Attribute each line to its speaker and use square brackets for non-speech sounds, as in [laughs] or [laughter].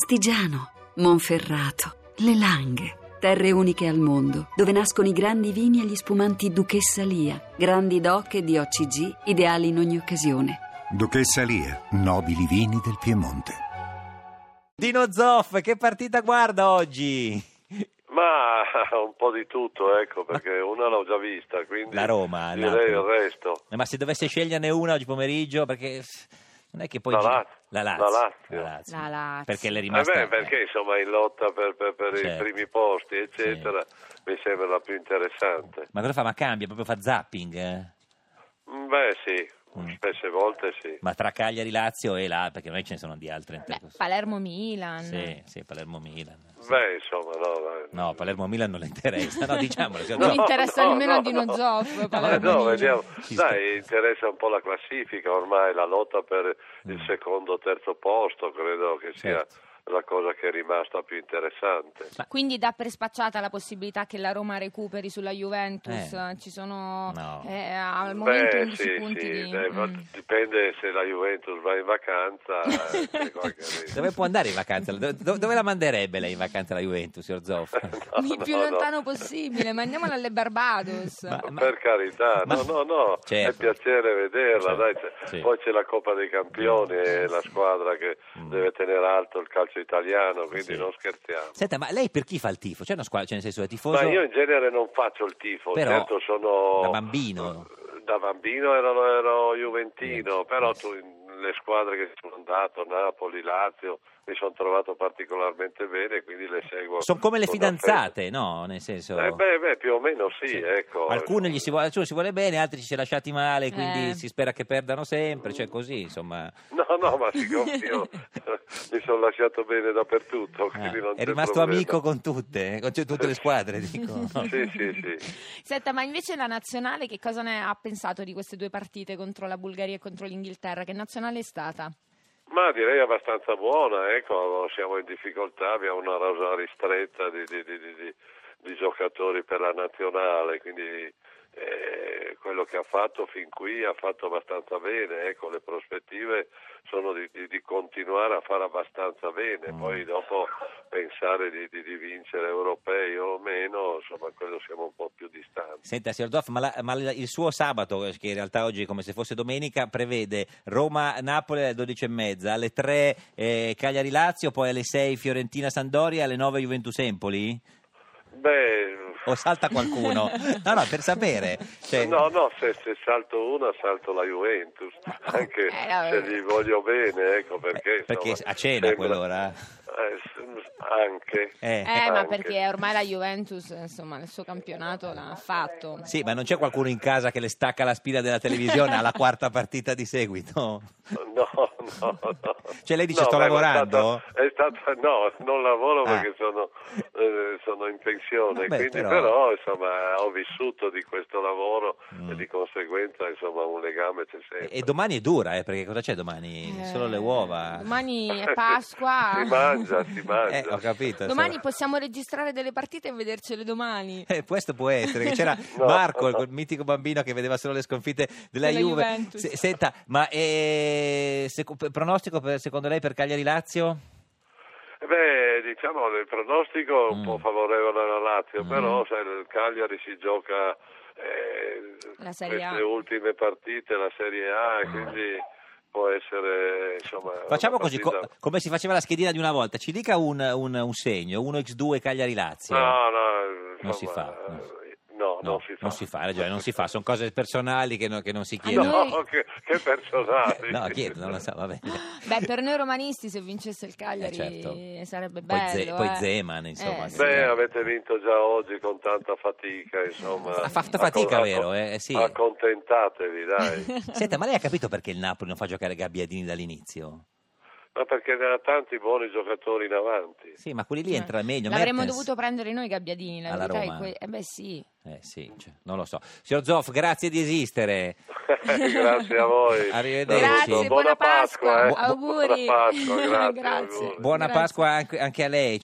Speaker 1: Astigiano, Monferrato, Le Langhe. Terre uniche al mondo, dove nascono i grandi vini e gli spumanti Duchessa Lia, grandi doc e di OCG, ideali in ogni occasione.
Speaker 2: Duchessa Lia, nobili vini del Piemonte.
Speaker 3: Dino Zoff, che partita guarda oggi?
Speaker 4: Ma [laughs] un po' di tutto, ecco, perché una l'ho già vista, quindi
Speaker 3: La Roma, il
Speaker 4: direi il
Speaker 3: Napoli.
Speaker 4: resto.
Speaker 3: Eh, Ma se dovesse sceglierne una oggi pomeriggio, perché eh, non è che poi...
Speaker 4: La
Speaker 3: gi-
Speaker 4: Lazio.
Speaker 3: La
Speaker 4: La
Speaker 3: Lazio.
Speaker 4: Lazio.
Speaker 5: La Lazio.
Speaker 3: Perché le è
Speaker 4: Eh
Speaker 3: rimasta...
Speaker 4: beh, perché insomma in lotta per, per- per i
Speaker 3: Certo.
Speaker 4: primi posti, eccetera, mi sembra la più interessante.
Speaker 3: Ma cosa fa? Ma cambia, proprio fa zapping. eh?
Speaker 4: Mm, Beh sì,
Speaker 3: Mm.
Speaker 4: spesse volte sì.
Speaker 3: Ma tra Cagliari, Lazio e là, perché non è che ce ne sono di altre.
Speaker 5: Beh, Palermo-Milan.
Speaker 3: Sì, sì, Palermo-Milan. Sì.
Speaker 4: Beh insomma no. dai.
Speaker 3: No, Palermo-Milan non le interessa,
Speaker 5: [laughs]
Speaker 3: no, diciamolo. signor
Speaker 5: Non
Speaker 3: Zoff. [laughs]
Speaker 5: interessa nemmeno a Dino Zoff,
Speaker 4: Ma
Speaker 5: Palermo
Speaker 4: no,
Speaker 5: Milan.
Speaker 4: vediamo.
Speaker 3: Ci [laughs] sta.
Speaker 4: Dai, interessa un po' la classifica ormai, la lotta per il secondo o terzo posto, credo che sia
Speaker 3: Mm. Certo.
Speaker 4: la cosa che è rimasta più interessante.
Speaker 5: Quindi dà per spacciata la possibilità che la Roma recuperi sulla Juventus.
Speaker 3: Eh.
Speaker 5: Ci sono
Speaker 3: No.
Speaker 5: eh, al momento
Speaker 4: Beh,
Speaker 5: 11
Speaker 4: sì,
Speaker 5: punti
Speaker 4: sì,
Speaker 5: di...
Speaker 4: dai, ma [laughs]
Speaker 5: Mm.
Speaker 4: dipende se la Juventus va in
Speaker 5: [laughs]
Speaker 4: vacanza. eh, c'è qualche rischio.
Speaker 3: Dove può andare in vacanza? Do- do- dove la manderebbe lei in vacanza la Juventus, signor Zoff?
Speaker 4: [laughs] No,
Speaker 5: Il più
Speaker 4: no, no.
Speaker 5: lontano possibile, ma andiamo alle Barbados.
Speaker 3: Ma- ma-
Speaker 4: Per carità,
Speaker 3: ma-
Speaker 4: no, no, no,
Speaker 3: Certo.
Speaker 4: è piacere vederla.
Speaker 3: Certo,
Speaker 4: dai, c'è-
Speaker 3: sì.
Speaker 4: Poi c'è la Coppa dei Campioni e la squadra che
Speaker 3: Mm.
Speaker 4: deve tenere alto il calcio italiano, quindi
Speaker 3: Sì.
Speaker 4: non scherziamo.
Speaker 3: Senta, ma lei per chi fa il tifo? C'è una squadra, cioè nel senso è tifoso?
Speaker 4: Ma io in genere non faccio il tifo,
Speaker 3: Però,
Speaker 4: certo sono... eh,
Speaker 3: da bambino.
Speaker 4: Da bambino ero, ero juventino,
Speaker 3: Niente.
Speaker 4: però tu- le squadre che sono andato, Napoli, Lazio, mi sono trovato particolarmente bene, quindi le seguo.
Speaker 3: Sono come le
Speaker 4: con
Speaker 3: fidanzate, no? Nel senso...
Speaker 4: affetto. Eh beh, beh, più o meno sì,
Speaker 3: Sì.
Speaker 4: ecco.
Speaker 3: Alcune gli si vuole, ci si vuole bene, altri ci si è lasciati male, quindi
Speaker 5: Eh.
Speaker 3: si spera che perdano sempre, cioè così, insomma.
Speaker 4: No, no, ma siccome
Speaker 3: [laughs]
Speaker 4: io mi sono lasciato bene dappertutto,
Speaker 3: Ah,
Speaker 4: quindi non
Speaker 3: è
Speaker 4: c'è
Speaker 3: rimasto
Speaker 4: problema.
Speaker 3: amico con tutte, eh, con cioè, tutte le squadre, dico.
Speaker 4: Sì, sì, sì.
Speaker 5: Senta, ma invece la nazionale che cosa ne ha pensato di queste due partite contro la Bulgaria e contro l'Inghilterra? Che nazionale è stata?
Speaker 4: Ma direi abbastanza buona, ecco, siamo in difficoltà, abbiamo una rosa ristretta di, di- di- di- di- di giocatori per la nazionale, quindi eh, quello che ha fatto fin qui ha fatto abbastanza bene, ecco, le prospettive sono di, di- di continuare a fare abbastanza bene, poi dopo pensare di, di- di vincere europei o meno, insomma, quello siamo un po' più distanti.
Speaker 3: Senta, signor Doff, ma, la- ma la- il suo sabato, eh, che in realtà oggi è come se fosse domenica, prevede Roma-Napoli alle 12.30, alle 3 eh, Cagliari-Lazio, poi alle 6 Fiorentina-Sandoria, alle 9 Juventus-Empoli?
Speaker 4: Beh,
Speaker 3: O salta qualcuno? No, no, per sapere. Cioè,
Speaker 4: No, no, se, se salto una salto la Juventus, [laughs] anche
Speaker 5: Eh, vabbè.
Speaker 4: se gli voglio bene, ecco perché.
Speaker 3: eh, perché
Speaker 4: insomma,
Speaker 3: a cena
Speaker 4: sembra-
Speaker 3: a quell'ora?
Speaker 4: Eh, s- anche.
Speaker 3: Eh.
Speaker 5: Eh, ma
Speaker 4: Anche.
Speaker 5: perché ormai la Juventus, insomma, il suo campionato l'ha fatto.
Speaker 3: Sì, ma non c'è qualcuno in casa che le stacca la spina della televisione alla quarta partita di seguito?
Speaker 4: No, no, no.
Speaker 3: Cioè, lei dice,
Speaker 4: No,
Speaker 3: sto
Speaker 4: beh, ma è
Speaker 3: lavorando?
Speaker 4: stata- È stata, no, non lavoro
Speaker 3: Ah.
Speaker 4: perché sono, eh, sono in pensione,
Speaker 3: Vabbè,
Speaker 4: quindi
Speaker 3: però-
Speaker 4: però... insomma ho vissuto di questo lavoro e di conseguenza insomma un legame c'è sempre.
Speaker 3: Mm. E, e domani è dura, eh, perché cosa c'è domani? Solo le uova.
Speaker 5: Eh, Domani
Speaker 4: [laughs]
Speaker 5: è Pasqua.
Speaker 4: si mangia, si mangia.
Speaker 3: Eh, ho capito.
Speaker 5: Domani
Speaker 3: insomma.
Speaker 5: possiamo registrare delle partite e vedercele domani.
Speaker 3: Eh, questo può essere, che
Speaker 5: [laughs]
Speaker 3: c'era
Speaker 4: No.
Speaker 3: Marco, quel mitico bambino che vedeva solo le sconfitte della,
Speaker 5: Della
Speaker 3: Juve.
Speaker 5: Juventus.
Speaker 3: Se- senta, ma eh, seco- pronostico per- secondo lei per Cagliari-Lazio?
Speaker 4: Eh Beh, diciamo il pronostico è un
Speaker 3: Mm.
Speaker 4: po' favorevole alla Lazio,
Speaker 3: Mm.
Speaker 4: però se il Cagliari si gioca eh,
Speaker 5: La Serie A.
Speaker 4: queste ultime partite, la Serie A, e quindi può essere insomma.
Speaker 3: Mm. Facciamo
Speaker 4: una
Speaker 3: così, co-
Speaker 4: partita-
Speaker 3: come si faceva la schedina di una volta, ci dica un, un- un segno, 1x2 Cagliari-Lazio.
Speaker 4: No, no, insomma, eh,
Speaker 3: si fa, no.
Speaker 4: No,
Speaker 3: No,
Speaker 4: non si fa.
Speaker 3: non si fa, hai ragione, non si
Speaker 4: [laughs]
Speaker 3: fa, sono cose personali che, no- che non si
Speaker 5: Ah,
Speaker 3: chiedono.
Speaker 4: No, [laughs] che, che
Speaker 3: [laughs]
Speaker 4: personali.
Speaker 3: no, chiedo, non lo so,
Speaker 4: [laughs]
Speaker 3: va bene.
Speaker 5: Beh, per noi romanisti, se vincesse il Cagliari,
Speaker 3: certo.
Speaker 5: sarebbe
Speaker 3: Poi
Speaker 5: bello.
Speaker 3: Ze- poi
Speaker 5: eh.
Speaker 3: Zeman, insomma,
Speaker 5: Eh,
Speaker 3: sì.
Speaker 4: Beh, avete vinto già oggi con tanta fatica, insomma.
Speaker 3: Ha fatto fatica,
Speaker 4: Accon-
Speaker 3: vero, eh, sì.
Speaker 4: Accontentatevi,
Speaker 5: [laughs]
Speaker 4: dai.
Speaker 3: Senta, ma lei ha capito perché il Napoli non fa giocare Gabbiadini dall'inizio?
Speaker 4: Ma perché ne ha tanti buoni giocatori in
Speaker 5: [laughs]
Speaker 4: avanti. [laughs]
Speaker 3: Sì, ma quelli lì entra meglio.
Speaker 5: Cioè, L'avremmo
Speaker 3: Mertens-
Speaker 5: dovuto prendere noi Gabbiadini, la
Speaker 3: Alla
Speaker 5: verità è
Speaker 3: Roma.
Speaker 5: que- eh beh sì.
Speaker 3: Eh sì, cioè, non lo so. Signor Zoff, grazie di esistere.
Speaker 4: grazie a voi.
Speaker 3: Arrivederci.
Speaker 5: Grazie,
Speaker 3: Buona
Speaker 5: buona, Pasqua,
Speaker 4: eh.
Speaker 3: Bu-
Speaker 5: auguri. [laughs]
Speaker 4: Buona Pasqua, grazie.
Speaker 5: Grazie.
Speaker 4: auguri.
Speaker 3: Buona
Speaker 5: Grazie.
Speaker 3: Pasqua anche, anche a lei.